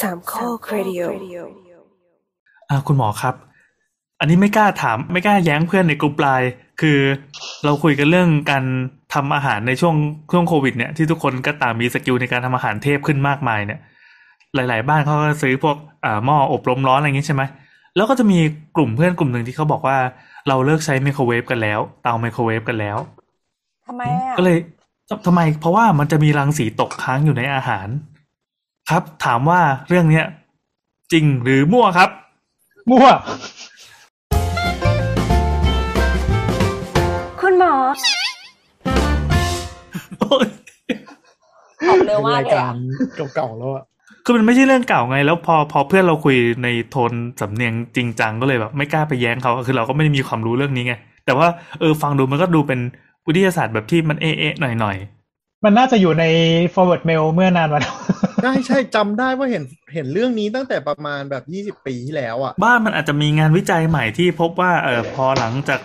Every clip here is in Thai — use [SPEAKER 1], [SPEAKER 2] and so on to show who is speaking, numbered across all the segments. [SPEAKER 1] สามข้อครดิโอ
[SPEAKER 2] อ่าคุณหมอครับ อันนี้ไม่กล้าถาม ไม่กล้าแย้งเพื่อนในกลุ่มไลน์คือเราคุยกันเรื่องการทำอาหารในช่วงช่วงโควิดเนี่ยที่ทุกคนก็ต่างมีสกิลในการทำอาหารเทพขึ้นมากมายเนี่ย หลาย ๆ บ้านเขาก็ซื้อพวกอ่าหม้ออบลมร้อนอะไรอย่างนี้ใช่ไหมแล้วก็จะมีกลุ่มเพื่อนกลุ่มหนึ่งที่เขาบอกว่าเราเลิกใช้ไมโครเวฟกันแล้วเตาไมโครเวฟกันแล้ว
[SPEAKER 3] ทำไมอ่ะ
[SPEAKER 2] ก็เลยทำทำไมเพราะว่ามันจะมีรังสีตกค้างอยู่ในอาหาร ครับ ถามว่าเรื่องเนี้ยจริงหรือมั่วครับ
[SPEAKER 4] มั่ว
[SPEAKER 1] คุณหมอ
[SPEAKER 3] ตอบเร็วมาก
[SPEAKER 4] ราย
[SPEAKER 3] เลย
[SPEAKER 4] การ
[SPEAKER 3] อะ
[SPEAKER 4] เก่าๆแล้วอะ
[SPEAKER 2] คือมันไม่ใช่เรื่องเก่าไง แล้วพอพอเพื่อนเราคุยในโทนสำเนียงจริงจังก็เลยแบบไม่กล้าไปแย้งเขาคือเราก็ไม่ได้มีความรู้เรื่องนี้ไง แต่ว่าเออฟังดูมันก็ดูเป็นวิทยาศาสตร์แบบที่มันเอ๊ะๆหน่อย
[SPEAKER 4] มันน่าจะอยู่ใน forward mail เมื่อนานมาแล้ว
[SPEAKER 5] ใช่ใช่จำได้ว่าเห็นเห็นเรื่องนี้ตั้งแต่ประมาณแบบยี่สิบปีที่แล้วอ่ะ
[SPEAKER 2] ๆบ้านมันอาจจะมีงานวิจัยใหม่ที่พบว่าเออพอหลังจาก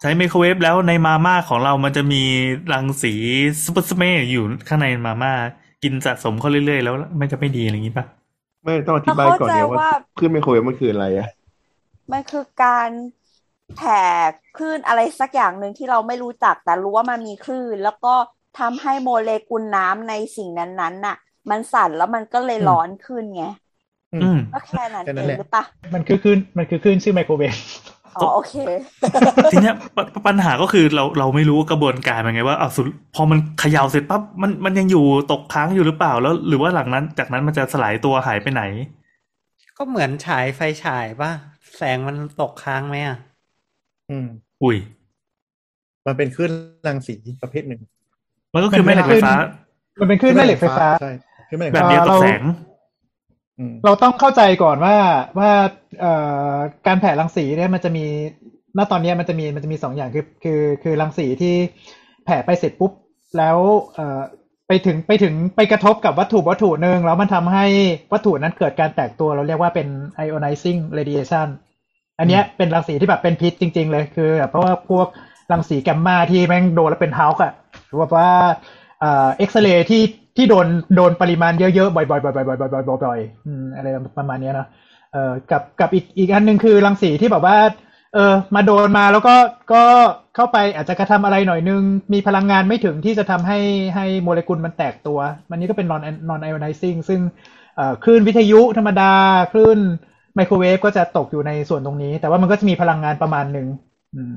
[SPEAKER 2] ใช้ไมโครเวฟแล้วในมาม่าของเรามันจะมีรังสีสปอร์สเมอยู่ข้างในมาม่ากินสะสมเข้าเรื่อยๆ แล้วมันจะไม่ดีอะไรอย่างนี้ปะ
[SPEAKER 6] ไม่ต้องอธิ
[SPEAKER 3] เรา
[SPEAKER 6] บาย
[SPEAKER 3] เข้า
[SPEAKER 6] ก่อน
[SPEAKER 3] ใจ
[SPEAKER 6] เนี่ยว่า
[SPEAKER 3] ว่า
[SPEAKER 6] ขึ้นไมโครเวฟมันคืออะไรอะ
[SPEAKER 3] มันคือการแผ่คลื่นอะไรสักอย่างหนึ่งที่เราไม่รู้จักแต่รู้ว่ามันมีคลื่น แล้วก็ทำให้โมเลกุลน้ำในสิ่งนั้นๆน่ะ มันสั่นแล้วมันก็เลยร้อนขึ้นไง
[SPEAKER 2] อืม
[SPEAKER 3] ก็แค่นั้น
[SPEAKER 5] แค่นั้
[SPEAKER 3] เอน ง
[SPEAKER 5] แหละ
[SPEAKER 3] หรือปะ
[SPEAKER 4] มันคือคลื่นมันคือคลื่นชื่อไมโครเวฟ
[SPEAKER 3] อ๋อโอเค
[SPEAKER 2] ทีเนี้ยปปปัญหาก็คือเราเราไม่รู้ว่ากระบวนการเป็นไงว่าเอาสุดพอมันเขย่าเสร็จปั๊บมันมันยังอยู่ตกค้างอยู่หรือเปล่าแล้ว หรือว่าหลังนั้นจากนั้นมันจะสลายตัวหายไปไหน
[SPEAKER 7] ก็เหมือนฉายไฟฉายป่ะ แสงมันตกค้างไหมอ่ะ
[SPEAKER 5] อืม
[SPEAKER 2] อุ้ย
[SPEAKER 5] มันเป็นคลื่นรังสีประเภทหนึ่ง
[SPEAKER 2] มันก็คือแม่เหล็กไฟฟ้า
[SPEAKER 4] มันเป็นคลื่นแม่เหล็กไฟฟ้า
[SPEAKER 5] ใช่คลื่นแม่เหล็ก
[SPEAKER 2] แบ
[SPEAKER 5] ไฟ
[SPEAKER 2] บ
[SPEAKER 5] ฟ้า
[SPEAKER 2] เดียวกับแสง
[SPEAKER 5] อืม
[SPEAKER 4] เราต้องเข้าใจก่อนว่าว่าเอ่อการแผ่รังสีเนี่ยมันจะมีณตอนเนี้ยมันจะมีมันจะมีสองอย่างคือคือคือรังสีที่แผ่ไปเสร็จปุ๊บ แล้วเอ่อไปถึงไปถึงไปกระทบกับวัตถุวัตถุหนึ่งแล้วมันทำให้วัตถุนั้นเกิดการแตกตัวเราเรียกว่าเป็น ionizing radiation อันเนี้ยเป็นรังสีที่แบบเป็นพิษจริง ๆ เลยคือแบบเพราะว่าพวกรังสีแกมมาที่แม่งโดนแล้วเป็นเฮาส์อะหรือว่า เอ็กซเรย์ที่ที่โดนโดนปริมาณเยอะๆ บ่อยๆบ่อยๆบ่อยๆบ่อยๆบ่อยๆบ่อยๆอืมอะไรประมาณเนี้ยเนอะเอ่อกับกับอีกอีกอันหนึ่งคือรังสีที่แบบว่าเออมาโดนมาแล้วก็ก็เข้าไปอาจจะกระทำอะไรหน่อยนึง มีพลังงานไม่ถึงที่จะทำให้ให้โมเลกุลมันแตกตัว มันนี้ก็เป็น non non ionizing ซึ่งเอ่อคลื่นวิทยุธรรมดา คลื่นไมโครเวฟก็จะตกอยู่ในส่วนตรงนี้ แต่ว่ามันก็จะมีพลังงานประมาณหนึ่งอืม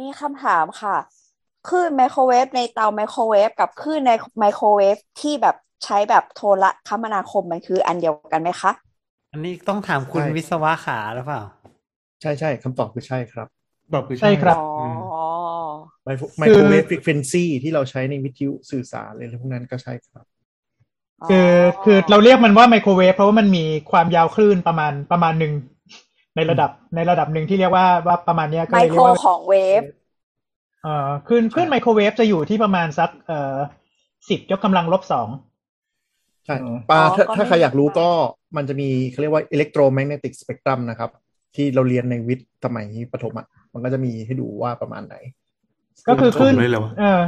[SPEAKER 3] มีคำถามค่ะคลื่นไมโครเวฟในเตาไมโครเวฟกับคลื่นในไมโครเวฟที่แบบใช้แบบโทรคมนาคมมันคืออันเดียวกันไหมคะ
[SPEAKER 7] อันนี้ต้องถามคุณวิศวะขาหรือเปล่า
[SPEAKER 5] ใช่ใช่คำตอบคือใช่ครับ
[SPEAKER 2] ตอบคือ
[SPEAKER 4] ใช่ครับ
[SPEAKER 3] อ๋ออ
[SPEAKER 5] ไมโครเวฟฟรีเควนซีที่เราใช้ในวิทยุสื่อสารอะไรพวกนั้นก็ใช่ครับ
[SPEAKER 4] คือคือเราเรียกมันว่าไมโครเวฟเพราะว่ามันมีความยาวคลื่นประมาณประมาณหนึ่งในระดับในระดับหนึ่งที่เรียกว่าว่าประมาณเนี้ยก็
[SPEAKER 3] ไม
[SPEAKER 4] เลย
[SPEAKER 3] โคร
[SPEAKER 4] เรียกว่า
[SPEAKER 3] ของเวฟ
[SPEAKER 4] เอ่อคลื่นคลื่นไมโครเวฟจะอยู่ที่ประมาณสักเอ่อสิบยกกำลังลบสอง
[SPEAKER 5] ใช่
[SPEAKER 4] อ๋อ
[SPEAKER 5] ปลาถ้าถ้าใครอยากรู้ก็มันจะมีเขาเรียกว่าอิเล็กโทรแมกเนติกสเปกตรัมนะครับ ที่เราเรียนในวิทย์สมัยประถมอ่ะมันก็จะมีให้ดูว่าประมาณไหน
[SPEAKER 4] ก็คือคลื่น
[SPEAKER 2] เลยเหรอวะ
[SPEAKER 4] เออ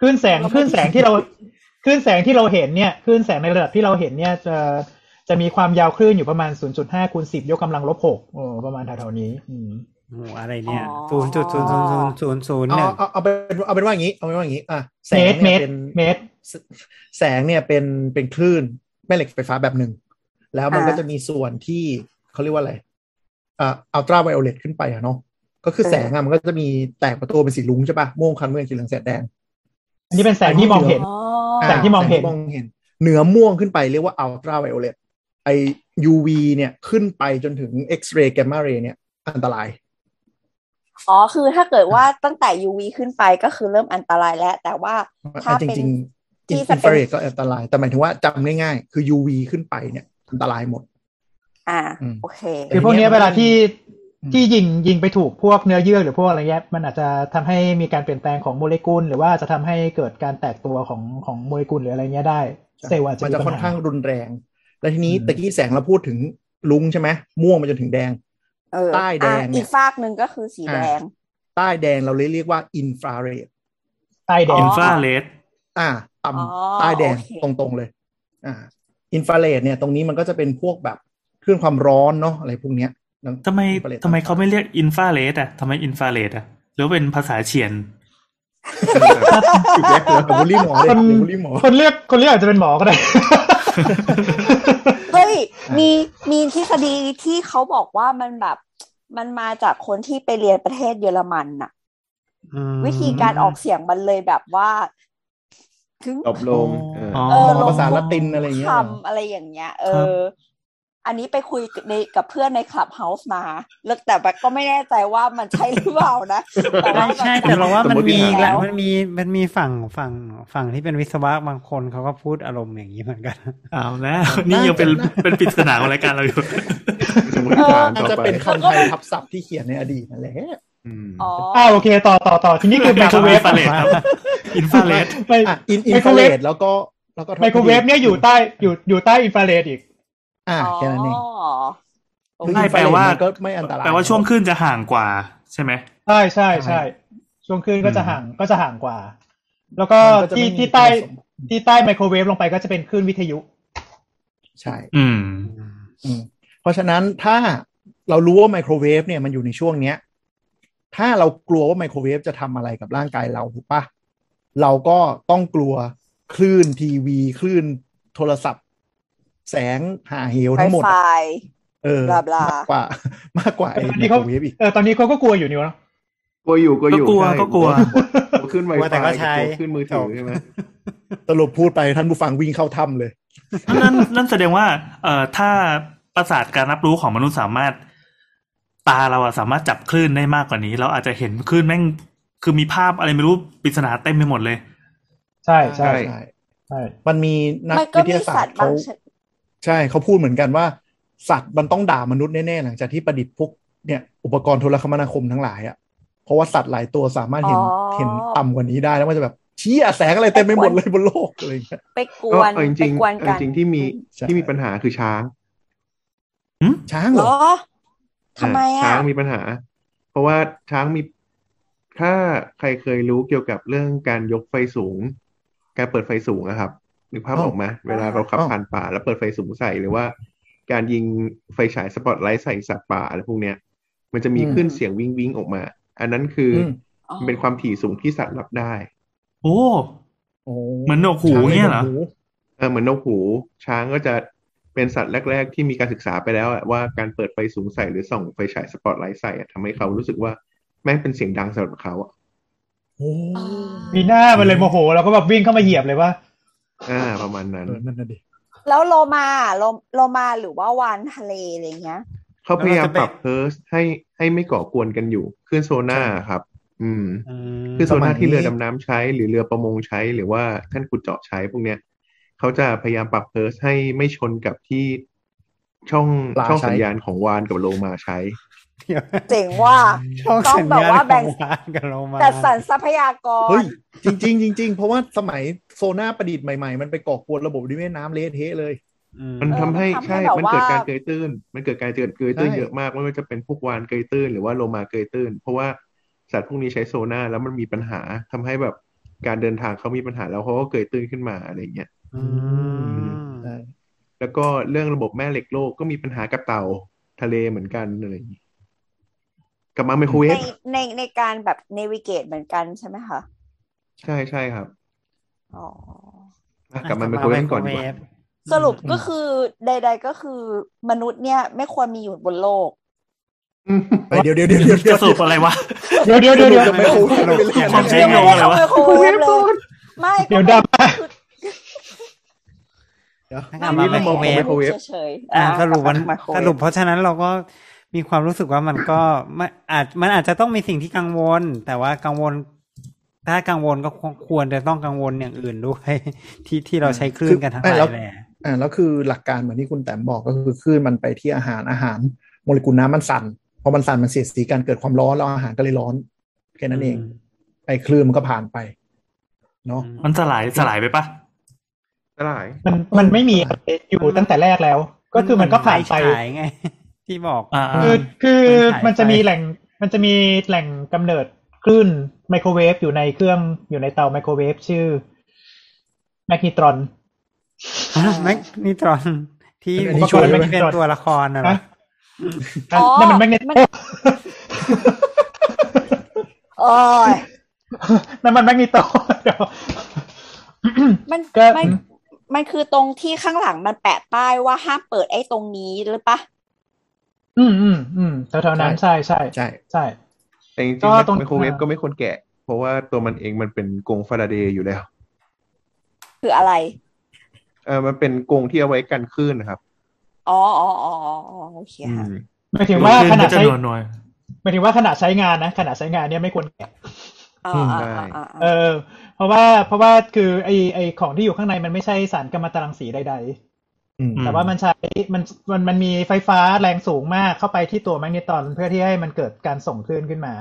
[SPEAKER 4] คลื่นแสงคลื่นแสงที่เราคลื่นแสงที่เราเห็นเนี่ยคลื่นแสงในระดับที่เราเห็นเนี่ยจะจะมีความยาวคลื่นอยู่ประมาณ 0.5คูณ10 ยกกำลังลบ6โอ้ประมาณแถวๆนี้อืม
[SPEAKER 7] โอ้โหอะไรเนี่ยศูนย์จุดศูนย์ศูนย์ศูนย์ศูนย์ศูนย์หนึ่
[SPEAKER 5] เอา
[SPEAKER 7] ง
[SPEAKER 5] เอาเอาเป็นเอาเป็นว่าอย่างนี้เอาเป็นว่าอย่างนี้อ่ะแส
[SPEAKER 4] เม
[SPEAKER 5] ง
[SPEAKER 4] ตร
[SPEAKER 5] เนี่ย
[SPEAKER 4] เมตร
[SPEAKER 5] เป็น
[SPEAKER 4] เมตร
[SPEAKER 5] แสแสงเนี่ยเป็นเป็นคลื่นแม่เหล็กไฟฟ้าแบบหนึ่ง แล้วมันก็จะมีส่วนที่เขาเรียกว่าอะไรอ่าอัลตราไวโอเลตขึ้นไปอะเนาะก็คือแสงอะมันก็จะมีแตกประตูเป็นสีลุ้งใช่ปะม่วงคันเมืองสีเหลืองแสดแดง
[SPEAKER 4] อันนี้เป็นแสงที่มองเห็น
[SPEAKER 3] อ๋อ
[SPEAKER 4] แสงที่มองเห็น
[SPEAKER 5] แสเหนือม่วงขึ้นไปเรียกว่าอัลตราไวโอเลตไอ UV เนี่ยขึ้นไปจนถึงเอ็กซ์เรย์แกมมาเรเนี่ย อันตราย
[SPEAKER 3] อ๋อคือถ้าเกิดว่าตั้งแต่ UV ขึ้นไปก็คือเริ่มอันตรายแล้ว แต่ว่าถ้า
[SPEAKER 5] จริ
[SPEAKER 3] เป็น
[SPEAKER 5] งจริง
[SPEAKER 3] ที่
[SPEAKER 5] อิน
[SPEAKER 3] สเปน
[SPEAKER 5] ฟราเรดก็อันตราย แต่หมายถึงว่าจำง่ายๆ คือ UV ขึ้นไปเนี่ย อันตรายหมด
[SPEAKER 3] อ่า
[SPEAKER 5] อืม
[SPEAKER 3] โอเค
[SPEAKER 4] คือพวกเนี้ย
[SPEAKER 5] อันเนี้ย
[SPEAKER 4] เวลาที่
[SPEAKER 5] อืม
[SPEAKER 4] ที่ยิงยิงไปถูกพวกเนื้อเยื่อหรือพวกอะไรเงี้ยมันอาจจะทำให้มีการเปลี่ยนแปลงของโมเลกุล หรือว่าจะทำให้เกิดการแตกตัวของของโมเลกุลหรืออะไรเงี้ยได้เซลล์อาจจะ
[SPEAKER 5] มัน
[SPEAKER 4] มี
[SPEAKER 5] จะ
[SPEAKER 4] ปัญห
[SPEAKER 5] ค่อนข้างรุนแรง และทีนี้
[SPEAKER 4] อืม
[SPEAKER 5] ตะกี้แสงเราพูดถึงลุงใช่ไหมม่วงมาจนถึงแดง
[SPEAKER 3] เออ
[SPEAKER 5] ใต้แดง
[SPEAKER 3] อ่ะ
[SPEAKER 5] เนี่ย
[SPEAKER 3] อีกฝากหนึ่งก็คือสีแดง
[SPEAKER 5] ใต้แดงเราเลยเรียกว่าอินฟราเรด
[SPEAKER 4] ใต้แด
[SPEAKER 3] อ๋
[SPEAKER 4] ง
[SPEAKER 2] อิ
[SPEAKER 3] อ
[SPEAKER 2] นฟราเรด
[SPEAKER 5] อ่าต่
[SPEAKER 3] อ๋อ
[SPEAKER 5] ำใต้แดง
[SPEAKER 3] โอเค
[SPEAKER 5] ตรงๆเลย อ่า อินฟราเรดเนี่ยตรงนี้มันก็จะเป็นพวกแบบคลื่นความร้อนเนาะอะไรพวกเนี้ย
[SPEAKER 2] ทำไม
[SPEAKER 5] อินฟราเรด
[SPEAKER 2] ทำไมเขาไม่เรียกอินฟาเรดอ่ะทำไมอินฟาเรดอ่ะหรือว่าเป็นภาษาเฉียน
[SPEAKER 5] อีกแล้วอย่าบูลลี่หมอเล
[SPEAKER 4] ค
[SPEAKER 5] ย
[SPEAKER 4] น
[SPEAKER 5] อย่าบูลลี่หมอ
[SPEAKER 4] คนเรียกคนเรียกอาจจะเป็นหมอก็ได้
[SPEAKER 3] เฮ้ยมีมีทฤษฎีที่เขาบอกว่ามันแบบมันมาจากคนที่ไปเรียนประเทศเยอรมันน่ะ
[SPEAKER 7] อืม
[SPEAKER 3] วิธีการออกเสียงมันเลยแบบว่า ถึง
[SPEAKER 6] ตบล งเอออ
[SPEAKER 2] อ
[SPEAKER 3] เออ
[SPEAKER 5] ภาษาละตินอะไรอย่างเงี้ยเหรอ
[SPEAKER 3] คำอะไรอย่างเงี้ย เอ
[SPEAKER 2] ครับ
[SPEAKER 3] อ อันนี้ไปคุยในกับเพื่อนในคลับเฮาส์มา แล้วแต่แบบก็ไม่แน่ใจว่ามันใช่หรือเปล่า นะแต่ว่า
[SPEAKER 7] ไม่
[SPEAKER 3] แบบ
[SPEAKER 7] ใช่แต่เราว่ามันมี
[SPEAKER 3] สมมุติฐาน
[SPEAKER 7] แหละมันมีมันมีฝั่งฝั่งฝั่งที่เป็นวิศวะบางคนเขาก็พูดอารมณ์อย่างนี้เหมือนกัน
[SPEAKER 2] เอาแล้ว นี่ยังเป็นเป็นปริศนาของรายการเราอยู่
[SPEAKER 6] สมมติฐาน
[SPEAKER 5] น่า
[SPEAKER 6] ต่อ
[SPEAKER 5] จะ
[SPEAKER 6] ไป
[SPEAKER 5] เป็นคำไทยทับศัพท์ที่เขียนในอดีตนั่นแหละ
[SPEAKER 6] อืม
[SPEAKER 3] อ๋อ
[SPEAKER 4] อ้าวโอเคต่อต่อต่อทีนี้คือไม
[SPEAKER 2] กลั
[SPEAKER 4] โคร
[SPEAKER 2] บ
[SPEAKER 4] เว
[SPEAKER 2] มาอิ
[SPEAKER 4] ฟ
[SPEAKER 2] นฟาเรดครับอินฟาเรด
[SPEAKER 4] ไม่
[SPEAKER 5] อ่ะอินอิ
[SPEAKER 4] ไม
[SPEAKER 5] น
[SPEAKER 4] โคร
[SPEAKER 5] ฟา
[SPEAKER 4] เว
[SPEAKER 5] เร
[SPEAKER 4] ฟ
[SPEAKER 5] ดแล้วก็แล้วก็
[SPEAKER 4] ไมโครเวฟเนี่ยอยู่ใต้อยู่อยู่ใต้อินฟราเรดอีก
[SPEAKER 5] อ่าแค่นั้นเอง
[SPEAKER 3] อ๋อ
[SPEAKER 5] ซึ่ง
[SPEAKER 2] ไม่
[SPEAKER 5] อินฟ
[SPEAKER 2] แปล
[SPEAKER 5] เรด
[SPEAKER 2] ว่า
[SPEAKER 5] มันก็ไม่อันตราย
[SPEAKER 2] แปลว่าช่วงขึ้นจะห่างกว่าใช่ไหม
[SPEAKER 4] ใช่ใช่ใช่ช่วงคลื่นก็จะห่างก็จะห่างกว่า แล้วก็
[SPEAKER 5] มันจะ
[SPEAKER 4] ที่
[SPEAKER 5] ไม่มี
[SPEAKER 4] ที่ใต้
[SPEAKER 5] คุณสมบัติ
[SPEAKER 4] ที่ใต้ไมโครเวฟลงไปก็จะเป็นคลื่นวิทยุ
[SPEAKER 5] ใช่
[SPEAKER 2] อืม
[SPEAKER 5] อืมเพราะฉะนั้นถ้าเรารู้ว่าไมโครเวฟเนี่ยมันอยู่ในช่วงเนี้ย ถ้าเรากลัวว่าไมโครเวฟจะทำอะไรกับร่างกายเราถูกปะเราก็ต้องกลัวคลื่นทีวี คลื่นโทรศัพท์ แสงหาเหว
[SPEAKER 3] ไฟ
[SPEAKER 5] ทั้งหมด
[SPEAKER 3] ไฟ
[SPEAKER 5] อะเออ
[SPEAKER 3] blah blah
[SPEAKER 5] มากกว่า มากกว่าไอ้
[SPEAKER 4] อัน
[SPEAKER 5] ไม
[SPEAKER 4] นี้
[SPEAKER 5] โค
[SPEAKER 4] เขา
[SPEAKER 5] รเวฟอีก
[SPEAKER 4] เออตอนนี้เขาก็กลัวอยู่นี่วะ
[SPEAKER 6] กลัวอยู่กลัวอยู่
[SPEAKER 2] ก็กลัว
[SPEAKER 6] ใช่
[SPEAKER 2] ก็กลัว
[SPEAKER 6] กลัวขึ้นไว
[SPEAKER 7] กลัวแต่
[SPEAKER 6] ไฟ
[SPEAKER 7] ก็ใช้
[SPEAKER 6] ขึ้นมือถือใช่ไหม
[SPEAKER 5] สรุปพูดไปท่านผู้ฟังวิ่งเข้าถ้ำเลย
[SPEAKER 2] นั่นนั่นแสดงว่า เอ่อถ้าประสาทการรับรู้ของมนุษย์สามารถ ตาเราอะสามารถจับคลื่นได้มากกว่านี้ เราอาจจะเห็นคลื่นแม่ง คือมีภาพอะไรไม่รู้ปริศนาเต็มไปหมดเลย
[SPEAKER 4] ใช่ใช่
[SPEAKER 5] ใช่
[SPEAKER 4] ใช่
[SPEAKER 5] มันมีนัก
[SPEAKER 3] มันก็
[SPEAKER 5] วิท
[SPEAKER 3] มี
[SPEAKER 5] ยาศา
[SPEAKER 3] สั
[SPEAKER 5] สต
[SPEAKER 3] ต
[SPEAKER 5] ร์
[SPEAKER 3] ว์
[SPEAKER 5] เขา
[SPEAKER 3] บางชนิด
[SPEAKER 5] ใช่เขาพูดเหมือนกันว่า สัตว์มันต้องด่ามนุษย์แน่ๆหลังจากที่ประดิษฐ์พวกเนี่ยอุปกรณ์โทรคมนาคมทั้งหลายอ่ะเพราะว่าสัตว์หลายตัวสามารถเห็น
[SPEAKER 3] อ๋อ
[SPEAKER 5] เห็นต่ำกว่านี้ได้แล้วมันจะแบบเชี่ยแสงอะไรเต็มไปหมดเลยบนโลกอะไรอย่างเงี้ย
[SPEAKER 3] ไปก
[SPEAKER 6] ก็
[SPEAKER 3] วน
[SPEAKER 6] เอาจ
[SPEAKER 3] ไป
[SPEAKER 6] ริงๆ
[SPEAKER 3] กวน
[SPEAKER 6] เอา
[SPEAKER 3] กัน
[SPEAKER 6] จริงๆที่มี
[SPEAKER 5] ใช่
[SPEAKER 6] ที่มีปัญหาคือช้าง
[SPEAKER 5] ช้าง
[SPEAKER 3] เห
[SPEAKER 5] เห
[SPEAKER 3] ร
[SPEAKER 5] รอ
[SPEAKER 3] อทำไม
[SPEAKER 6] ช้า
[SPEAKER 3] อ่ะ
[SPEAKER 6] งมีปัญหา เพราะว่าช้างมีถ้าใครเคยรู้เกี่ยวกับเรื่องการยกไฟสูง การเปิดไฟสูงอะครับนึกภาพออกไหมเวลาเราขับผ่านป่าแล้วเปิดไฟสูงใส่หรือว่า การยิงไฟฉายสปอตไลท์ใส่สัตว์ป่าอะไรพวกเนี้ย มันจะมีขึ้นเสียงวิงวิงออกมา อันนั้นคือ
[SPEAKER 5] อื
[SPEAKER 6] อ
[SPEAKER 5] ม
[SPEAKER 3] อ๋อ
[SPEAKER 6] มันเป็นความถี่สูงที่สัตว์รับได้
[SPEAKER 2] โอ้
[SPEAKER 5] โอ้
[SPEAKER 2] เหมือนหนวกหู
[SPEAKER 5] ช้าง
[SPEAKER 2] เงี้ยเหรอ
[SPEAKER 5] มืก
[SPEAKER 6] เออเหมือนนกหูช้างก็จะเป็นสัตว์แรก ๆ ที่มีการศึกษาไปแล้วอะว่าการเปิดไฟสูงใส่หรือส่องไฟฉายสปอตไลท์ใส่อะทำให้เขารู้สึกว่าแม่งเป็นเสียงดังสำหรับเขาอะ
[SPEAKER 5] โอ้
[SPEAKER 3] อ๋อ
[SPEAKER 4] มีหน้ามันเลยโมโหแล้วก็แบบวิ่งเข้ามาเหยียบเลยว่า
[SPEAKER 6] อ่า ประมาณนั้น
[SPEAKER 5] เออนั่นน่ะดิ
[SPEAKER 3] แล้วโลมาโลโลมาหรือว่าวานทะเลอะไรอย่างเงี้ย
[SPEAKER 6] เขาพยายามปรับเพิร์สให้ให้ไม่ก่อกวนกันอยู่ขึ้นโซน่าครับ อืม
[SPEAKER 7] อืม
[SPEAKER 6] ขึ้นโซน่าที่เรือดำน้ำใช้ หรือเรือประมงใช้ หรือว่าท่านขุดเจาะใช้พวกเนี้ยเขาจะพยายามปรับเพิร์สให้ไม่ชนกับที่ช่องช่องสัญญาณของวานกับโลมาใช้
[SPEAKER 7] เดี๋ยว
[SPEAKER 3] เจ๋งว่า
[SPEAKER 7] ต้อง
[SPEAKER 3] ต้อง
[SPEAKER 7] สัญ
[SPEAKER 3] แบบ
[SPEAKER 7] ญาณ
[SPEAKER 3] ว่าแบ่ง
[SPEAKER 7] ของวานกับโลมา
[SPEAKER 3] จัดสรรทรัพยากร
[SPEAKER 5] เฮ้ยจริง ๆ จริง ๆ เพราะว่าสมัยโซน่าประดิษฐ์ใหม่ๆ มันไปก่อกวนระบบนิเวศน้ำเละเทะเลย
[SPEAKER 7] อืม
[SPEAKER 6] มันทำให้
[SPEAKER 3] เออมันทำให้
[SPEAKER 6] ใช่
[SPEAKER 3] แบบ
[SPEAKER 6] มันเกิด
[SPEAKER 3] ว่า
[SPEAKER 6] การเกยตื้น มันเกิดการเกิดเกยตื้น
[SPEAKER 5] ใช่
[SPEAKER 6] เยอะมากไม่ว่าจะเป็นพวกวานเกยตื้นหรือว่าโลมาเกยตื้น เพราะว่าสัตว์พวกนี้ใช้โซน่าแล้วมันมีปัญหาทำให้แบบการเดินทางเขามีปัญหาแล้วเขาก็เกยตื้นขึ้นมาอะไรอย่างเงี้ย
[SPEAKER 7] อืม
[SPEAKER 5] ใช่
[SPEAKER 6] แล้วก็เรื่องระบบแม่เหล็กโลกก็มีปัญหากับเต่าทะเลเหมือนกันอะไรอย่างงี้กลับมาไมโครเว
[SPEAKER 3] ใน
[SPEAKER 6] ฟ
[SPEAKER 3] ในในการแบบเนวิเกตเหมือนกันใช่ไหมคะ
[SPEAKER 6] ใช่ใช่ครับ
[SPEAKER 3] อ๋อ
[SPEAKER 6] อ่ะกลับมาไมโครเวฟก่อนดีกว่า
[SPEAKER 3] สรุป
[SPEAKER 5] อืม
[SPEAKER 3] ก็คือใด ๆ ก็คือมนุษย์เนี่ยไม่ควรมีอยู่บนโลก
[SPEAKER 5] ไปเดี๋ยวเดี๋ยวเดี๋ยวเดี๋ยวเดี๋
[SPEAKER 2] จะ
[SPEAKER 5] ยว
[SPEAKER 2] สรุปอะไรวะ
[SPEAKER 4] เดี๋ยวเดี๋ยวเดี๋ยวเดี๋ยว
[SPEAKER 5] จะไปโอ้ยไปเรียน
[SPEAKER 2] ความเชื่อมโยงอะไรวะ
[SPEAKER 3] ไม่ได้ทำไมโครเวฟเลยไม่
[SPEAKER 4] เดี๋ยวดราม่า
[SPEAKER 7] กลับมาไมโครเวฟ
[SPEAKER 6] ไโครเวฟ
[SPEAKER 3] เฉยๆ
[SPEAKER 7] อ่าสรุปมัน
[SPEAKER 3] กลับาไโคเวฟ
[SPEAKER 7] สรุปเพราะฉะนั้นเราก็มีความรู้สึกว่ามันก็ ไม่อาจมันอาจจะต้องมีสิ่งที่กังวล แต่ว่ากังวล ถ้ากังวลก็ควรจะต้องกังวลอย่างอื่นด้วย ที่ที่เราใช้คลื่นกันทั้งหลายแหละ
[SPEAKER 5] อ่าแล้วคือหลักการเหมือนที่คุณแต้มบอกก็คือคลื่นมันไปที่อาหารอาหารโมเลกุลน้ำมันสั่นพอมันสั่นมันเสียดสีกันเกิดความร้อนแล้วอาหารก็เลยร้อนแค่นั้นเองไอ้คลื่นมันก็ผ่านไปเนาะ
[SPEAKER 2] มันสลายสลายไปปะ
[SPEAKER 6] สลาย
[SPEAKER 4] มันมันไม่มีอยู่ตั้งแต่แรกแล้ว ก็คือมันก็ผ่านไป
[SPEAKER 7] ฉยไง ที่บอก
[SPEAKER 2] อ่า
[SPEAKER 4] คือคือ
[SPEAKER 7] มั
[SPEAKER 4] มัน น
[SPEAKER 7] ฉายไฟ
[SPEAKER 4] จะมีแหล่งมันจะมีแหล่งกำเนิดคลื่นไมโครเวฟอยู่ในเครื่องอยู่ในเตาไมโครเวฟชื่อแมกนิตรอน
[SPEAKER 7] แมกนิตรอนที่
[SPEAKER 5] อันนี้ชวน
[SPEAKER 7] ที่
[SPEAKER 5] ไหม
[SPEAKER 7] เป็นตัวละครนะเหรอ
[SPEAKER 4] นะ
[SPEAKER 3] อ๋อ
[SPEAKER 4] นั่นมันแมกเนโต
[SPEAKER 3] โอ้ย
[SPEAKER 4] นั่นมันแมกเนโต เดี๋ยว
[SPEAKER 3] มัน
[SPEAKER 4] ก็
[SPEAKER 3] มันมันคือตรงที่ข้างหลังมันแปะป้ายว่าห้ามเปิดไอ้ตรงนี้หรือปะ
[SPEAKER 4] อืมอืมอืมแถวๆนั้นใช่ใช่
[SPEAKER 5] ใช่
[SPEAKER 4] ใช่
[SPEAKER 6] แต่จริง
[SPEAKER 4] ก็ตรง
[SPEAKER 6] ๆไมโครเวฟก็ไม่ควรแกะ เพราะว่าตัวมันเองมันเป็นกรงฟาราเดย์อยู่แล้ว
[SPEAKER 3] คืออะไร
[SPEAKER 6] เออมันเป็นกรงที่เอาไว้กันคลื่นนะครับ
[SPEAKER 3] อ๋ออ๋ออ๋ออ๋อโอเค
[SPEAKER 6] อื
[SPEAKER 3] ค่ะ
[SPEAKER 6] ม
[SPEAKER 4] หมายถึงว่าขนาด
[SPEAKER 2] จะ
[SPEAKER 4] ใช้
[SPEAKER 2] หน่วยหน่วย
[SPEAKER 4] หมายถึงว่าขนาดใช้งานนะขนาดใช้งานเนี่ยไม่ควรแกะ
[SPEAKER 3] อ๋ออ๋ออ๋ออ๋อ
[SPEAKER 4] เออเพราะว่าเพราะว่าคือไอไอของที่อยู่ข้างในมันไม่ใช่สารกัมมันตรังสีใด
[SPEAKER 5] อืม
[SPEAKER 4] ๆ แต่ว่ามันใช้มันมันมันมีไฟฟ้าแรงสูงมากเข้าไปที่ตัวแมกเนตรอนเพื่อที่ให้มันเกิดการส่งคลื่นขึ้นมา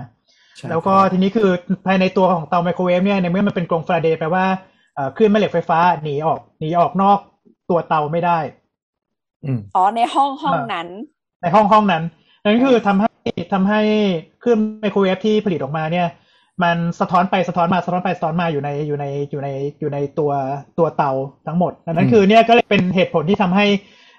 [SPEAKER 5] ใช่
[SPEAKER 4] แล้วก็ทีนี้คือภายในตัวของเตาไมโครเวฟเนี่ยในเมื่อมันเป็นกรงฟาราเดย์แปลว่าเอ่อคลื่นแม่เหล็กไฟฟ้าหนีออกหนีออกนอกตัวเตาไม่ได้
[SPEAKER 5] อืม
[SPEAKER 3] อ๋อในห้องห้องนั้น
[SPEAKER 4] ในห้องห้องนั้นนั่นคือทำให้ทำให้เครื่องไมโครเวฟที่ผลิตออกมาเนี่ย มันสะท้อนไปสะท้อนมาสะท้อนไปสะท้อนมาอยู่ในอยู่ในอยู่ในอยู่ในตัวตัวเตาทั้งหมดอันนั้น
[SPEAKER 5] อืม
[SPEAKER 4] คือเนี่ยก็เลยเป็นเหตุผลที่ทำให้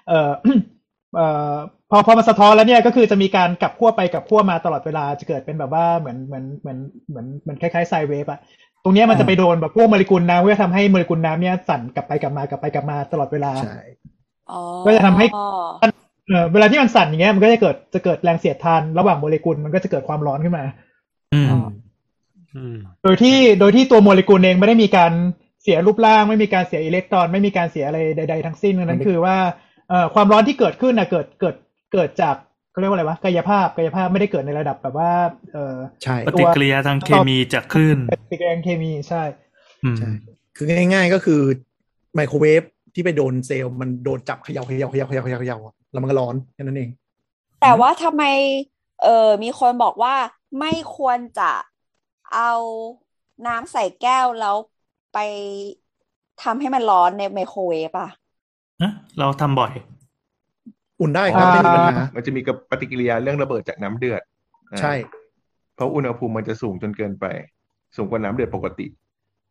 [SPEAKER 4] เอ่อ เอ่อพอพอมันสะท้อนแล้วเนี่ยก็คือจะมีการกลับขั้วไปกลับขั้วมาตลอดเวลาจะเกิดเป็นแบบว่าเหมือนเหมือนเหมือนเหมือนเหมือนคล้ายๆไซเวฟอะตรงเนี้ยมันจะไปโดนแบบพวกโมเลกุลน้ำก็จะทำให้โมเลกุลน้ำเนี่ยสั่นกลับไปกลับมากลับไปกลับมาตลอดเวลา
[SPEAKER 5] ใช่
[SPEAKER 3] อ๋อ
[SPEAKER 4] ก็จะทำให้ เอ่อเวลาที่มันสั่นอย่างเงี้ยมันก็จะเกิดจะเกิดแรงเสียดทานระหว่างโมเลกุลมันก็จะเกิดความร้อนขึ้นมา
[SPEAKER 2] ๆอืม
[SPEAKER 7] อืม
[SPEAKER 4] โดยที่โดยที่ตัวโมเลกุลเองไม่ได้มีการเสียรูปร่าง ไม่มีการเสียอิเล็กตรอน ไม่มีการเสียอะไรใด ๆ ทั้งสิ้นนั้นคือว่าเอ่อความร้อนที่เกิดขึ้นนะเกิดเกิดเกิดจากเขาเรียกว่าอะไรวะกายภาพกายภาพไม่ได้เกิดในระดับแบบว่าเอ่อ
[SPEAKER 5] ใช่
[SPEAKER 2] ปฏิกิริยาทางเคมีจากคลื่น
[SPEAKER 4] ติดแรงเคมีใช่
[SPEAKER 2] อืม
[SPEAKER 5] ใช่ คือง่าย ๆ ก็คือไมโครเวฟที่ไปโดนเซลล์มันโดนจับเขย่าเขย่าเขย่าเขย่าเขย่าเขย่าอะแล้วมันก็ร้อนแค่นั้นเอง
[SPEAKER 3] แต่ว่าทำไม เออมีคนบอกว่าไม่ควรจะเอาน้ำใส่แก้วแล้วไปทำให้มันร้อนในไมโครเวฟอ่ะ
[SPEAKER 2] ฮะเราทำบ่อย
[SPEAKER 5] อุ่นได้ครับไม่มีปัญหา
[SPEAKER 6] มันจะมีกับปฏิกิริยาเรื่องระเบิดจากน้ำเดือดอ่า
[SPEAKER 5] ใช่
[SPEAKER 6] เพราะอุณหภูมิมันจะสูงจนเกินไป สูงกว่าน้ำเดือดปกติ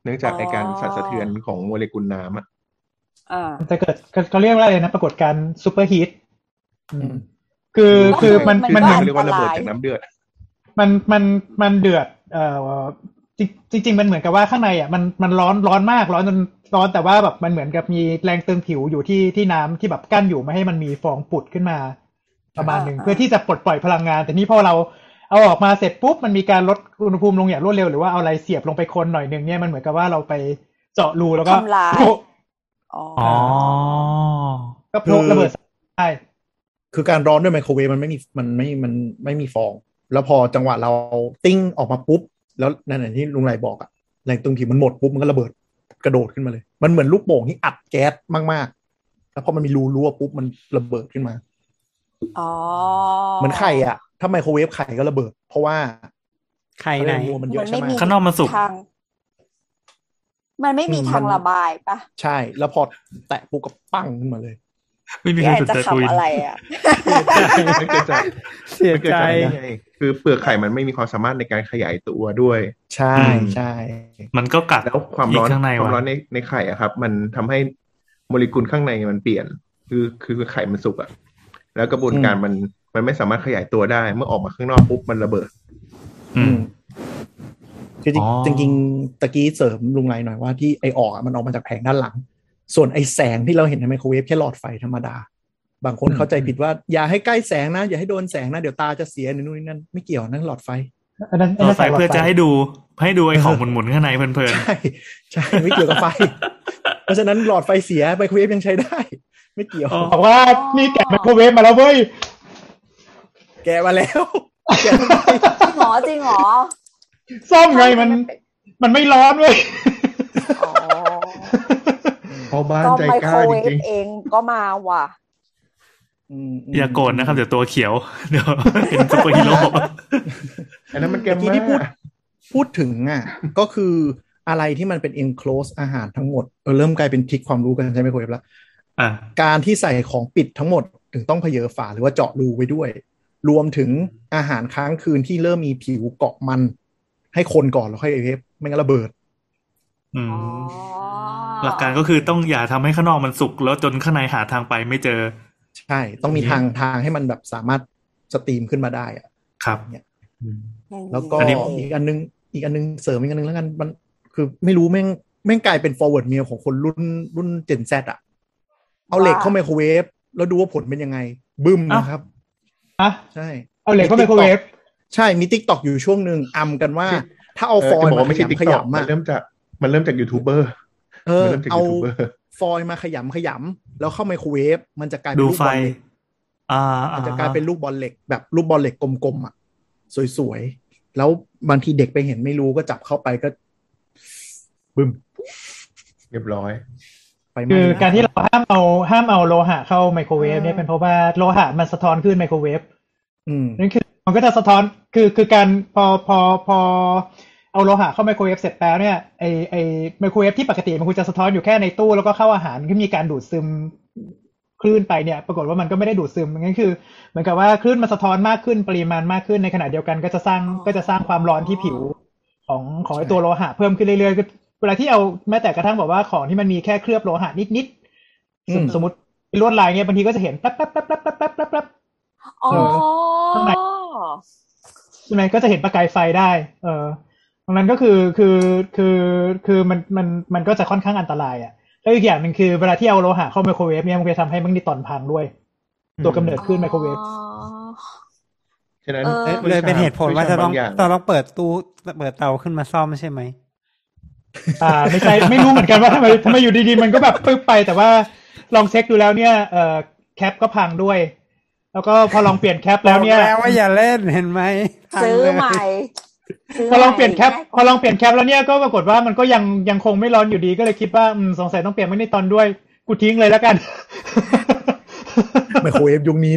[SPEAKER 6] เนื่องจาก
[SPEAKER 3] อ๋อ
[SPEAKER 6] ไอการสั่นสะเทือนของโมเลกุลน้ำอะ
[SPEAKER 3] อ่า
[SPEAKER 4] มันจะเกิดเขาเรียกว่าอะไรนะปรากฏการณ์ซูเปอร์ฮีท
[SPEAKER 5] อืม
[SPEAKER 4] คือคือมัน
[SPEAKER 3] มัน
[SPEAKER 4] มัน
[SPEAKER 3] ก็
[SPEAKER 4] เหมือน
[SPEAKER 6] เรียกว่าระเบิดจากน้ำ เดือด
[SPEAKER 4] มันมันมันเดือด เอ่อจริงจริงจริงมันเหมือนกับว่าข้างในอ่ะมันมันร้อนร้อนมากร้อนจนร้อนแต่ว่าแบบมันเหมือนกับมีแรงเติมผิวอยู่ที่ที่น้ำที่แบบกั้นอยู่ไม่ให้มันมีฟองปุดขึ้นมา ประมาณหนึ่ง
[SPEAKER 3] อ่า
[SPEAKER 4] เพื่อที่จะปลดปล่อยพลังงาน แต่นี่พอเราเอาออกมาเสร็จปุ๊บมันมีการลดอุณหภูมิลงอย่างรวดเร็วหรือว่าเอาอะไรเสียบลงไปคนหน่อยหนึ่งเนี่ยมันเหมือนกับว่าเราไปเจาะรูแล้วก็
[SPEAKER 3] ทำลาย
[SPEAKER 4] โปะ
[SPEAKER 3] อ๋อ
[SPEAKER 2] อ๋อ
[SPEAKER 4] ก็โปะระเบิดใช่
[SPEAKER 5] คือการร้อนด้วยไมโครเวฟมันไม่มีมันไม่มันไม่มีฟอง แล้วพอจังหวะเราติ้งออกมาปุ๊บ แล้วนั่นแหละที่ลุงไหลบอกอะแรงตรงที่มันหมดปุ๊บมันก็ระเบิดกระโดดขึ้นมาเลย มันเหมือนลูกโป่งที่อัดแก๊สมากๆ แล้วพอมันมีรูรั่วปุ๊บมันระเบิดขึ้นมา
[SPEAKER 3] อ๋อ
[SPEAKER 5] เหมือนไข่อะถ้าไมโครเวฟไข่ก็ระเบิด เพราะว่า
[SPEAKER 7] ใครไหน
[SPEAKER 5] เนื้อวัวมันเย
[SPEAKER 3] มั
[SPEAKER 5] อะ
[SPEAKER 3] น
[SPEAKER 5] ใช่
[SPEAKER 3] ไม่
[SPEAKER 5] ไหม
[SPEAKER 3] มี
[SPEAKER 2] ข้างนอกมันสุก
[SPEAKER 3] ทาง มันไม่มี
[SPEAKER 5] อืม
[SPEAKER 3] ทาง
[SPEAKER 5] มัน
[SPEAKER 3] ระบายปะ
[SPEAKER 5] ใช่ แล้วพอแตะปุ๊บก็ปั้งขึ้นมาเลย
[SPEAKER 2] ไม่มี
[SPEAKER 3] พี่
[SPEAKER 2] ใคร
[SPEAKER 3] แอน
[SPEAKER 2] สน
[SPEAKER 3] จะ
[SPEAKER 2] ใจ
[SPEAKER 3] ขับ
[SPEAKER 2] คุย
[SPEAKER 3] อะไรอ่ะ
[SPEAKER 6] มันเกิดจาก
[SPEAKER 7] เสีย
[SPEAKER 6] มันเกิด
[SPEAKER 7] ใจ
[SPEAKER 6] จากอะไรไงคือเปลือกไข่มันไม่มีความสามารถในการขยายตัวด้วย
[SPEAKER 5] ใช่ใช่
[SPEAKER 2] มันก็กัด
[SPEAKER 6] แล้วความร้อน
[SPEAKER 2] ข้างใน
[SPEAKER 6] ความ
[SPEAKER 2] ว่ะ
[SPEAKER 6] ร้อนในในไข่อะครับ มันทำให้โมเลกุลข้างในมันเปลี่ยน คือคือไข่มันสุกอะแล้วกระบวนการมันมันไม่สามารถขยายตัวได้ เมื่อออกมาข้างนอกปุ๊บมันระเบิด
[SPEAKER 2] อืม
[SPEAKER 5] คือจริง
[SPEAKER 2] อ๋อ
[SPEAKER 5] จริงๆตะกี้เสริมลุงไรหน่อยว่าที่ไอออกอะมันออกมาจากแผงด้านหลัง ส่วนไอแสงที่เราเห็นในไมโครเวฟแค่หลอดไฟธรรมดา บางคนเข้าใจผิดว่า อย่าให้ใกล้แสงนะ อย่าให้โดนแสงนะ เดี๋ยวตาจะเสียหรือนู่นนี่นั่นไม่เกี่ยวนั่นหลอดไฟ
[SPEAKER 4] อันนั้นอัน
[SPEAKER 2] ต่อ
[SPEAKER 4] นั้
[SPEAKER 2] ไป
[SPEAKER 4] นใส่หลด
[SPEAKER 2] เพื่อ
[SPEAKER 4] ไฟ
[SPEAKER 2] จะให้ดูให้ดูไอ้ ของหมุนๆข้างในเพลิน
[SPEAKER 5] ใช่ใช่ไม่เกี่ยวกับไฟ เพราะฉะนั้นหลอดไฟเสียไมโครเวฟยังใช้ได้ ไม่เกี่ยว
[SPEAKER 2] ๆอ๋อ
[SPEAKER 4] บอกว่านี่แกะไมโครเวฟมาแล้วเว้ย
[SPEAKER 5] แกะมาแล้วแกะมา
[SPEAKER 3] จริงเหรอจริงเหรอ
[SPEAKER 4] ซ่อมไงมันมันไม่ร้อนเว้ย
[SPEAKER 3] อ๋อ
[SPEAKER 6] พอบ้าน
[SPEAKER 3] ก็
[SPEAKER 6] ใจ
[SPEAKER 3] ไม
[SPEAKER 6] ก
[SPEAKER 3] โค
[SPEAKER 6] ล้าร จ
[SPEAKER 3] เวฟ
[SPEAKER 6] ริง
[SPEAKER 3] เองก็มาว่ะ
[SPEAKER 5] มม
[SPEAKER 2] อย่าโกรธนะครับ เดี๋ยวตัวเขียว เดี๋ยวเป็นซุปเปอร์ฮีโร่
[SPEAKER 6] ๆอันนั้นมันแกม
[SPEAKER 5] เมื่อกี้ที่
[SPEAKER 6] มา
[SPEAKER 5] พูด พูดถึงอ่ะ ก็คืออะไรที่มันเป็น enclose อาหารทั้งหมดเออเริ่มกลายเป็นทริกความรู้กันใช่ไหมคุยแล้ว
[SPEAKER 2] อ่ะ
[SPEAKER 5] การที่ใส่ของปิดทั้งหมดถึงต้องเพเยอฝาหรือว่าเจาะรูไว้ด้วย รวมถึงอาหารค้างคืนที่เริ่มมีผิวเกาะมัน ให้คนก่อนแล้วค่อยเอฟไม่งั้นระเบิด
[SPEAKER 2] อืม
[SPEAKER 3] อ๋อ
[SPEAKER 2] หลักการก็คือต้องอย่าทำให้ข้างนอกมันสุกแล้วจนข้างในหาทางไปไม่เจอ
[SPEAKER 5] ใช่ ต้องมีทางทางให้มันแบบสามารถสตรีมขึ้นมาได้อะ
[SPEAKER 2] ครับ
[SPEAKER 5] เนี่ย
[SPEAKER 3] อย่างนี้
[SPEAKER 5] แล้วก็
[SPEAKER 2] อันนี้
[SPEAKER 5] อีกอันนึงอีกอันนึงเสริมอีกอันนึงแล้วกันมันคือไม่รู้แม่งแม่งกลายเป็น forward meal ของคนรุ่นรุ่น Gen Z อ่ะ เอาเหล็กเข้าไมโครเวฟแล้วดูว่าผลเป็นยังไง บึ้มนะครับ
[SPEAKER 4] อ่ะ
[SPEAKER 5] ใช่
[SPEAKER 4] เอาเหล็กก็ไปโครเวฟ
[SPEAKER 5] ใช่ มีติ๊กตอกอยู่ช่วงหนึ่งอำกันว่า ถ้าเอา
[SPEAKER 6] เออ
[SPEAKER 5] ฟอยล์
[SPEAKER 6] จะบอกว่าไม่ใช่ติ๊ก
[SPEAKER 5] ข
[SPEAKER 6] ต็อก
[SPEAKER 5] ยำ
[SPEAKER 6] มั
[SPEAKER 5] อะ
[SPEAKER 6] นเริ่มจากมันเริ่มจากยูทูบเบอร์
[SPEAKER 5] เออ
[SPEAKER 6] มันเริ่มจาก
[SPEAKER 5] เอา
[SPEAKER 6] YouTuber
[SPEAKER 5] ฟอยล์มาขยำขยำแล้วเข้าไมโครเวฟมันจะกลายเป็น
[SPEAKER 2] ดู
[SPEAKER 5] ลูก
[SPEAKER 2] ไฟ
[SPEAKER 5] บอลเหล็ก
[SPEAKER 2] อ่า
[SPEAKER 5] มั
[SPEAKER 2] อ่าน
[SPEAKER 5] จะกลายเป็นลูกบอลเหล็กแบบลูกบอลเหล็กกลมๆอ่ะสวยๆ แล้วบางทีเด็กไปเห็นไม่รู้ก็จับเข้าไปก็บึ้ม
[SPEAKER 6] เรียบร้อย
[SPEAKER 5] ไปไหม
[SPEAKER 4] คือการที่เราห้ามเอาห้ามเอาโลหะเข้าไมโครเวฟเนี่ยเป็นเพราะว่าโลหะมันสะท้อนขึ้นไมโครเวฟ
[SPEAKER 5] อืม
[SPEAKER 4] นั่นคือมันก็จะสะท้อนคือคือการพอพอพอเอาโลหะเข้าไมโครเวฟเสร็จแล้วเนี่ยไอไอไมโครเวฟที่ปกติมันควรจะสะท้อนอยู่แค่ในตู้แล้วก็เข้าอาหารที่มีการดูดซึมคลื่นไปเนี่ย ปรากฏว่ามันก็ไม่ได้ดูดซึมงั้นคือเหมือนกับว่าคลื่นมันสะท้อนมากขึ้นปริมาณมากขึ้นในขณะเดียวกันก็จะสร้างก็จะสร้างความร้อนที่ผิวของของไอตัวโลหะเพิ่มขึ้นเรื่อยๆคือเวลาที่เอาแม้แต่กระทั่งบอกว่าของที่มันมีแค่เคลือบโลหะนิด
[SPEAKER 5] อื
[SPEAKER 4] ๆสม
[SPEAKER 5] ม
[SPEAKER 4] สมมติลวดลายเนี่ยบางทีก็จะเห็นแป๊บแป๊บแป๊บแป๊บแป๊บแป๊บแป๊บแป๊บ
[SPEAKER 3] อ๋อ
[SPEAKER 4] ข้างใน ใช่ไหมก็จะเห็นประกายไฟได้ เออตรงนั้นก็คือคือคือคือมันมันมันก็จะค่อนข้างอันตรายอะ่ะแล้วอีกอย่างหนึ่งคือเวลาที่เอาโลหะเข้าไมโครเวฟเนี่ยมันจะทำให้แมังนิตอนพังด้วย ตัวกำเนิดขึ้นไมโครเวฟ
[SPEAKER 3] อ๋อ
[SPEAKER 6] ฉะนั้น
[SPEAKER 3] เออ
[SPEAKER 6] อ้
[SPEAKER 7] เลยเป็นเหตุผลว่าจะต้อง
[SPEAKER 6] วิชบอย่าง
[SPEAKER 7] จะต้องเปิดตู้เปิดเตาขึ้นมาซ่อมใช่ไหม
[SPEAKER 4] อ่าไม่ใช่ ไม่รู้เหมือนกันว่าทำไมทำไมอยู่ดีๆ มันก็แบบปึ๊บไปแต่ว่าลองเช็คดูแล้วเนี่ยเอ่อแคปก็พังด้วย แล้วก็พอลองเปลี่ยนแคปแล้วเนี่ย
[SPEAKER 7] บอกแล้วว่าอย่าเล่นเห็นไหมทาง
[SPEAKER 3] ซื้อ
[SPEAKER 7] เลย
[SPEAKER 3] ใหม่ซื้
[SPEAKER 4] พอลองเปลี่ยนแคป
[SPEAKER 3] ใหม่
[SPEAKER 4] พอลองเปลี่ยนแคปแล้วเนี่ยก็ปรากฏว่ามันก็ยังยังคงไม่ร้อนอยู่ดีก็เลยคิดว่าอืมสงสัยต้องเปลี่ยนแมกนิตอนด้วยกูทิ้งเล ยแล้วกัน
[SPEAKER 5] ไมโครเวฟยุคนี้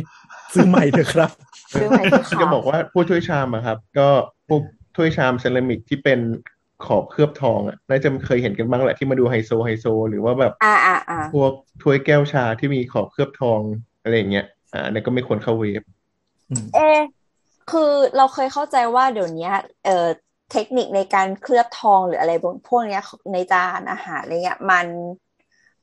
[SPEAKER 5] ซื้อใหม่เถอะครับ
[SPEAKER 3] ซื้อใหม่สิ
[SPEAKER 6] จะ
[SPEAKER 3] ค่ะ
[SPEAKER 6] บอกว่าผู้ช่วยชามอะครับ ก็พวกถ้วยชามเซรามิกที่เป็นขอบเคลือบทองอะน่าจะเคยเห็นกันบ้างแหละที่มาดูไฮโซไฮโซ หรือว่าแบบ
[SPEAKER 3] อ่าอ่าอ่า
[SPEAKER 6] พวกถ้วยแก้วชาที่มีขอบเคลือบทองอะไรอย่างเงี้ยอ่าอันนั่นก็ไม่ควรเข้าเวฟ
[SPEAKER 3] เอะคือเราเคยเข้าใจว่าเดี๋ยวเนี้ยเอ่อเทคนิคในการเคลือบทองหรืออะไรพวกเนี้ยในจานอาหารอะไรเงี้ยมัน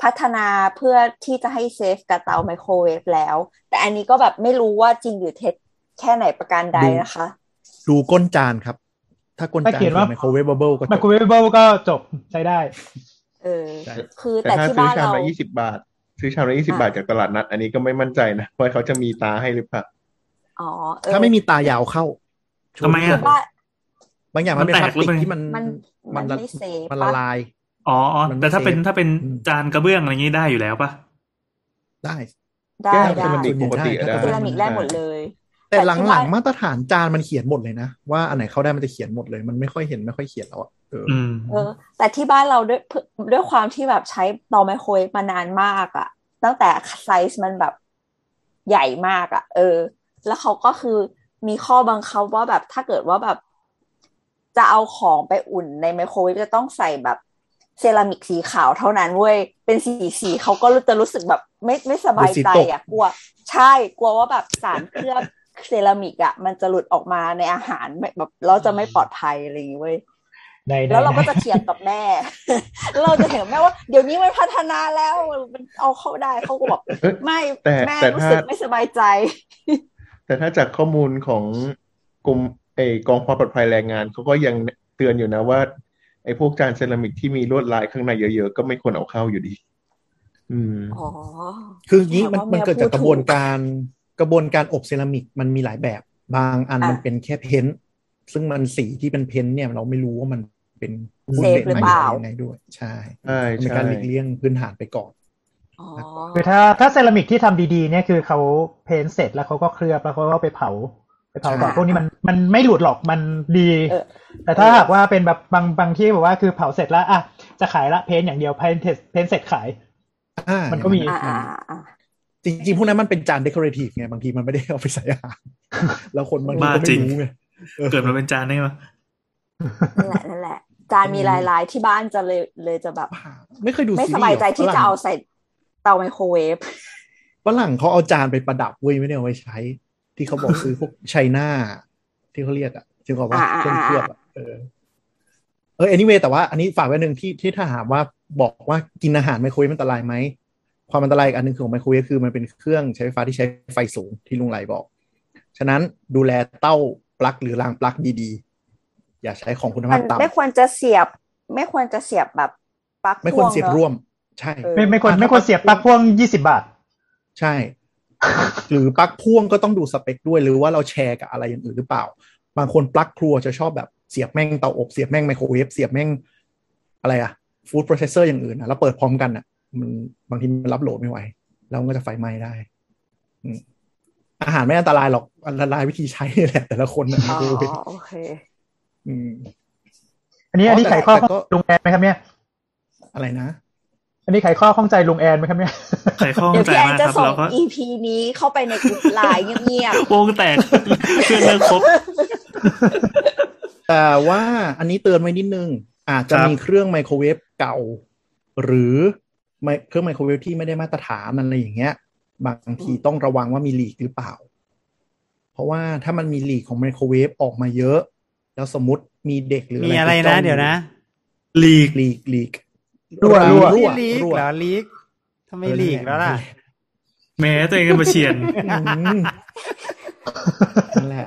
[SPEAKER 3] พัฒนาเพื่อที่จะให้เซฟกับเตาไมโครเวฟแล้ว แต่อันนี้ก็แบบไม่รู้ว่าจริงหรือเท็จแค่ไหนประการใดนะคะ
[SPEAKER 5] ดูก้นจานครับ ถ้าก้นจา
[SPEAKER 4] ถ้าน เขียนว่า
[SPEAKER 5] ไมโครเวฟเบิลก็จ
[SPEAKER 4] ไม
[SPEAKER 5] บ
[SPEAKER 4] โครเวฟเบิลก็จบใช้ได้
[SPEAKER 3] เออ
[SPEAKER 5] ใช่
[SPEAKER 3] คือ
[SPEAKER 6] แต่
[SPEAKER 3] แต่ที่
[SPEAKER 6] ถ้าซื้อ
[SPEAKER 3] บ้าน
[SPEAKER 6] ชาม
[SPEAKER 3] เรา
[SPEAKER 6] ละยี่สิบาท ซื้อชามละยี่สิ
[SPEAKER 3] อ่ะ
[SPEAKER 6] บาทจากตลาดนัด อันนี้ก็ไม่มั่นใจนะว่าเขาจะมีตาให้หรือเปล่า
[SPEAKER 3] อ๋อเออ
[SPEAKER 5] ถ้าไม่มีตา ยาวเข้า
[SPEAKER 2] ทำไม
[SPEAKER 3] คื
[SPEAKER 2] อ่ะ
[SPEAKER 3] อบ้าน
[SPEAKER 5] บางอย่างมันเป็นพลาสติกที่มัน
[SPEAKER 3] มัน
[SPEAKER 5] มัน
[SPEAKER 3] มันไม่เซฟ
[SPEAKER 5] มันละ
[SPEAKER 3] ปะ
[SPEAKER 5] ลาย
[SPEAKER 2] อ๋ออ๋อ
[SPEAKER 5] มันไม่
[SPEAKER 2] แต่ถ้าเป็น
[SPEAKER 5] เซฟ
[SPEAKER 2] ถ้าเป็น
[SPEAKER 5] อืม
[SPEAKER 2] จานกระเบื้องอะไรอย่างงี้ได้อยู่แล้วปะ
[SPEAKER 5] ได้
[SPEAKER 3] ได้
[SPEAKER 6] แก้ว
[SPEAKER 3] ได้
[SPEAKER 6] เซรามิกปกติอะ
[SPEAKER 5] ได้
[SPEAKER 6] ได้
[SPEAKER 3] เซรามิกได้หมดเลย
[SPEAKER 5] แต่
[SPEAKER 3] แต่ที่
[SPEAKER 5] หลัง
[SPEAKER 3] ว่า
[SPEAKER 5] ๆ มาตรฐานจานมันเขียนหมดเลยนะ ว่าอันไหนเข้าได้มันจะเขียนหมดเลย มันไม่ค่อยเห็นไม่ค่อยเขียนแล้วอะเอออ
[SPEAKER 2] อืม
[SPEAKER 3] เออ แต่ที่บ้านเราด้วยด้วยความที่แบบใช้เตาไมโครเวฟมานานมากอะตั้งแต่ไซส์มันแบบใหญ่มากอะเออ แล้วเขาก็คือมีข้อบังคับว่าแบบถ้าเกิดว่าแบบ จะเอาของไปอุ่นในไมโครเวฟจะต้องใส่แบบเซรามิกสีขาวเท่านั้นเว้ยเป็นสีสีเขาก็รู้จะรู้สึกแบบ ไม่ไม่สบายใจอะกลัว ใช่กลัวว่าแบบสารเคลือบเซรามิกอะมันจะหลุดออกมาในอาหารไม่แบบเราจะไม่ปลอดภัยอะไรอย่างเงี้ยเว้ย
[SPEAKER 4] ในใน
[SPEAKER 3] แล้วเราก็
[SPEAKER 4] ใน
[SPEAKER 3] จะเถียงกับแม่ แล้วเราจะเถียงกับแม่ว่าเดี๋ยวนี้มันพัฒนาแล้วมันเอาเข้าได้เขาก็บอก
[SPEAKER 6] เอ้ย
[SPEAKER 3] ไม่
[SPEAKER 6] แต่
[SPEAKER 3] แม่
[SPEAKER 6] แต่
[SPEAKER 3] รู้
[SPEAKER 6] ถ้า
[SPEAKER 3] สึกไม่สบายใจ
[SPEAKER 6] แต่ถ้าจากข้อมูลของกลุ่มไอกองความปลอดภัยแรงงานเขาก็ยังเตือนอยู่นะว่าไอพวกจานเซรามิกที่มีลวดลายข้างในเยอะๆ ก็ไม่ควรเอาเข้าอยู่ดี อืม
[SPEAKER 3] อ๋อ
[SPEAKER 5] คืออย่างนี้มั
[SPEAKER 3] แต่
[SPEAKER 5] น
[SPEAKER 3] ว่า
[SPEAKER 5] มันเกิดจาก
[SPEAKER 3] แม่พูด
[SPEAKER 5] กระบวนการกระบวนการอบเซรามิกมันมีหลายแบบ บางอัน
[SPEAKER 3] อ่ะ
[SPEAKER 5] มันเป็นแค่เพ้นท์ซึ่งมันสีที่เป็นเพ้นท์เนี่ยเราไม่รู้ว่ามันเป็นน
[SPEAKER 3] เซฟหรือเปล่า
[SPEAKER 5] ยังไงด้วย ใช่
[SPEAKER 6] ใช่
[SPEAKER 5] มัน
[SPEAKER 6] ใช่
[SPEAKER 5] เป็นการหลีกเลี่ยงพื้นฐานไปก่อน
[SPEAKER 3] อ๋อ
[SPEAKER 4] คือถ้าถ้าเซรามิกที่ทำดีๆเนี่ยคือเขาเพ้นท์เสร็จแล้วเขาก็เคลือบแล้วเขาก็ไปเผาไปเผาก่อน
[SPEAKER 5] ใช่
[SPEAKER 4] พวกนี้มันมันไม่หลุดหรอกมันดี
[SPEAKER 3] เออ
[SPEAKER 4] แต่ถ้าหากว่าเป็นแบบบางบางที่แบบว่าคือเผาเสร็จแล้วอ่ะจะขายละเพ้นท์อย่างเดียวเพ้นท์เสร็จเพ้นท์เสร็จขาย
[SPEAKER 5] อ่า
[SPEAKER 4] มันก็มี
[SPEAKER 3] อ่าอ่าอ่า
[SPEAKER 5] จริงๆพวกนั้นมันเป็นจานเดคอเรทีฟไงบางทีมันไม่ได้เอาไปใส่อาหาร แล้วคนบางทีก็
[SPEAKER 2] บ้าจริ
[SPEAKER 5] ไม่
[SPEAKER 2] ง
[SPEAKER 5] รู้ไงออ
[SPEAKER 2] เกิดมาเป็นจานได้ไหม
[SPEAKER 3] นั่นแหละนั่นแหละ จานมีลายลายๆที่บ้านจะเลยเลยจะแบบ
[SPEAKER 5] ไม่เคยดู
[SPEAKER 3] ไม่ส
[SPEAKER 5] ซีรีส์
[SPEAKER 3] บายใจ
[SPEAKER 5] หร
[SPEAKER 3] ที่
[SPEAKER 5] ฝรั่ง
[SPEAKER 3] จะเอาใส่เตาไมโครเวฟ
[SPEAKER 5] ฝรั่งเขาเอาจานไปประดับเว้ยไม่ได้เอาไว้ใช้ ที่เขา บอกซื้อพวกไชน่าที่เขาเรียกอ่ะที่เขาบอกว่าเครื่องเคลือบอะเออ เออ anyway แต่ว่าอันนี้ฝากไว้หนึ่งที่ที่ถ้าหากว่าบอกว่ากินอาหารไมโครเวฟมันอันตรายไหม ความอันตรายอีกอันหนึ่งของไมโครเวฟคือมันเป็นเครื่องใช้ไฟฟ้าที่ใช้ไฟสูงที่ลุงไหลบอก ฉะนั้นดูแลเต้าปลั๊กหรือรางปลั๊กดีๆ อย่าใช้ของคุณ
[SPEAKER 3] มั
[SPEAKER 5] ภาพ
[SPEAKER 3] น
[SPEAKER 5] ต่ำ
[SPEAKER 3] ไม่ควรจะเสียบ ไม่ควรจะเสียบแบบปลั๊ก
[SPEAKER 5] ไม่ควร
[SPEAKER 3] พ่ง
[SPEAKER 5] เสียบ
[SPEAKER 3] นอะ
[SPEAKER 5] ร่วม ใช่
[SPEAKER 3] เออ
[SPEAKER 4] ไม่ไม่ควรไม่ควรเสียบปลั๊กพ่วงยี่สิบาท
[SPEAKER 5] ใช่ หรือปลั๊กพ่วงก็ต้องดูสเปคด้วยหรือว่าเราแชร์กับอะไรอย่างอื่นหรือเปล่า บางคนปลั๊กครัวจะชอบแบบเสียบแม่งเตาอบเสียบแม่งไมโครเวฟเสียบแม่งอะไรอะฟู้ดโปรเซสเซอร์อย่างอื่นนะแล้วเปิดพร้อมกันอะมันบางทีมันรับโหลดไม่ไหว แล้วมันก็จะไฟไหม้ได้อืมอาหารไม่อันตรายหรอกอันตรายวิธีใช้นี่แหละ แต่ละคนนะ
[SPEAKER 3] อ๋อ
[SPEAKER 5] ไมโครเวฟ
[SPEAKER 3] โอเค
[SPEAKER 5] อืม
[SPEAKER 4] อันนี้
[SPEAKER 5] อ๋อ
[SPEAKER 4] อันนี้
[SPEAKER 5] แต่
[SPEAKER 4] ไขข้อ
[SPEAKER 5] แต่
[SPEAKER 4] ข้อง
[SPEAKER 5] ก็
[SPEAKER 4] ลุงแอนไหมครับเนี่ย
[SPEAKER 5] อะไรนะ
[SPEAKER 4] อันนี้ไขข้อข้องใจลุงแอนไหมครับเนี่ย
[SPEAKER 2] ไขข้อ
[SPEAKER 3] เดี๋ยว
[SPEAKER 2] ใจ
[SPEAKER 3] พี่แอน
[SPEAKER 2] มาก
[SPEAKER 3] จะ
[SPEAKER 2] ครับ
[SPEAKER 3] ส่ง
[SPEAKER 2] แล้วก็
[SPEAKER 3] EP นี้เข้าไปในกลุ่มไลน์เงียบ
[SPEAKER 2] วงแตก เพื่อนเลิกครบ
[SPEAKER 5] แต่ว่าอันนี้เตือนไว้นิดนึง อาจจะ
[SPEAKER 2] ครับ
[SPEAKER 5] มีเครื่องไมโครเวฟเก่า หรือไมเครื่องไมโครเวฟที่ไม่ได้มาตรฐานอะไรอย่างเงี้ย บางทีต้องระวังว่ามีลีกหรือเปล่า เพราะว่าถ้ามันมีลีกของไมโครเวฟออกมาเยอะ แล้วสมมติมีเด็กหรือ
[SPEAKER 7] มีอะ
[SPEAKER 5] อะไร ไร
[SPEAKER 7] นะ เดี๋ยวนะ
[SPEAKER 2] ลีก
[SPEAKER 5] ลีกลีก
[SPEAKER 4] รั่ว
[SPEAKER 5] รั่ว
[SPEAKER 7] นี่
[SPEAKER 5] รั่ว
[SPEAKER 7] ลีกเหรอลีกทำไมลีกแล้วล่ะ
[SPEAKER 2] แม้ตัวเองก็มาเชียน
[SPEAKER 5] อืมนั่นแหละ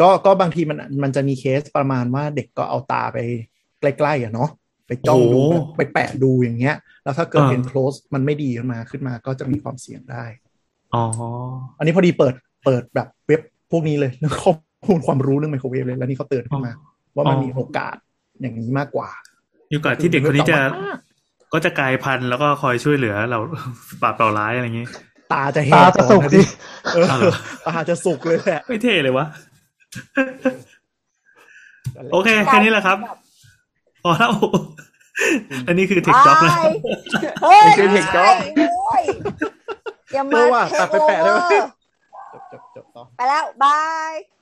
[SPEAKER 5] ก็ก็บางทีมันมันจะมีเคสประมาณว่าเด็กก็เอาตาไปใกล้ๆอ่ะเนาะไปจ้องดู
[SPEAKER 2] โอ้
[SPEAKER 5] ไปแปะดูอย่างเงี้ย แล้วถ้าเกิด
[SPEAKER 2] อ่า
[SPEAKER 5] เป็น close มันไม่ดีขึ้นมาขึ้นมาก็จะมีความเสี่ยงได้
[SPEAKER 2] อ๋อ
[SPEAKER 5] อันนี้พอดีเปิดเปิดแบบเว็บพวกนี้เลยเรื่องข้อมูลความรู้เรื่องไมโครเวฟเลยแล้วนี่เขาเตือนขึ้นมา ว่ามัน
[SPEAKER 2] อ๋อ
[SPEAKER 5] มีโอกาสอย่างนี้มากกว่า
[SPEAKER 2] อยู่กับที่เด็กคนนี้จะ ก็จะกลายพันธุ์แล้วก็คอยช่วยเหลือเรา ปราบเปล่าร้ายอะไรอย่างนี้
[SPEAKER 5] ตาจะแหก
[SPEAKER 4] ตาจะสุก
[SPEAKER 5] ก่อนน
[SPEAKER 4] ดิ
[SPEAKER 5] เออ
[SPEAKER 2] เอาเหรอ
[SPEAKER 5] ตาจะสุกเลยแหละ
[SPEAKER 2] ไม่เท่เลยวะ โอเค แค่นี้แหละครับ พอแล้ว อันนี้คือ
[SPEAKER 3] ๆ
[SPEAKER 2] เทคจ็อกนะ
[SPEAKER 3] ไป เฮ้ย
[SPEAKER 6] ไม่ใช่ Tech Talk
[SPEAKER 3] ไปเลยอย่า
[SPEAKER 5] เอ
[SPEAKER 3] มา
[SPEAKER 5] อว่าตัดไปแปะได้ไหม
[SPEAKER 3] เทคโอเวอร์
[SPEAKER 5] จบจบจบต่อ
[SPEAKER 3] ไปแล้ว บาย
[SPEAKER 5] บ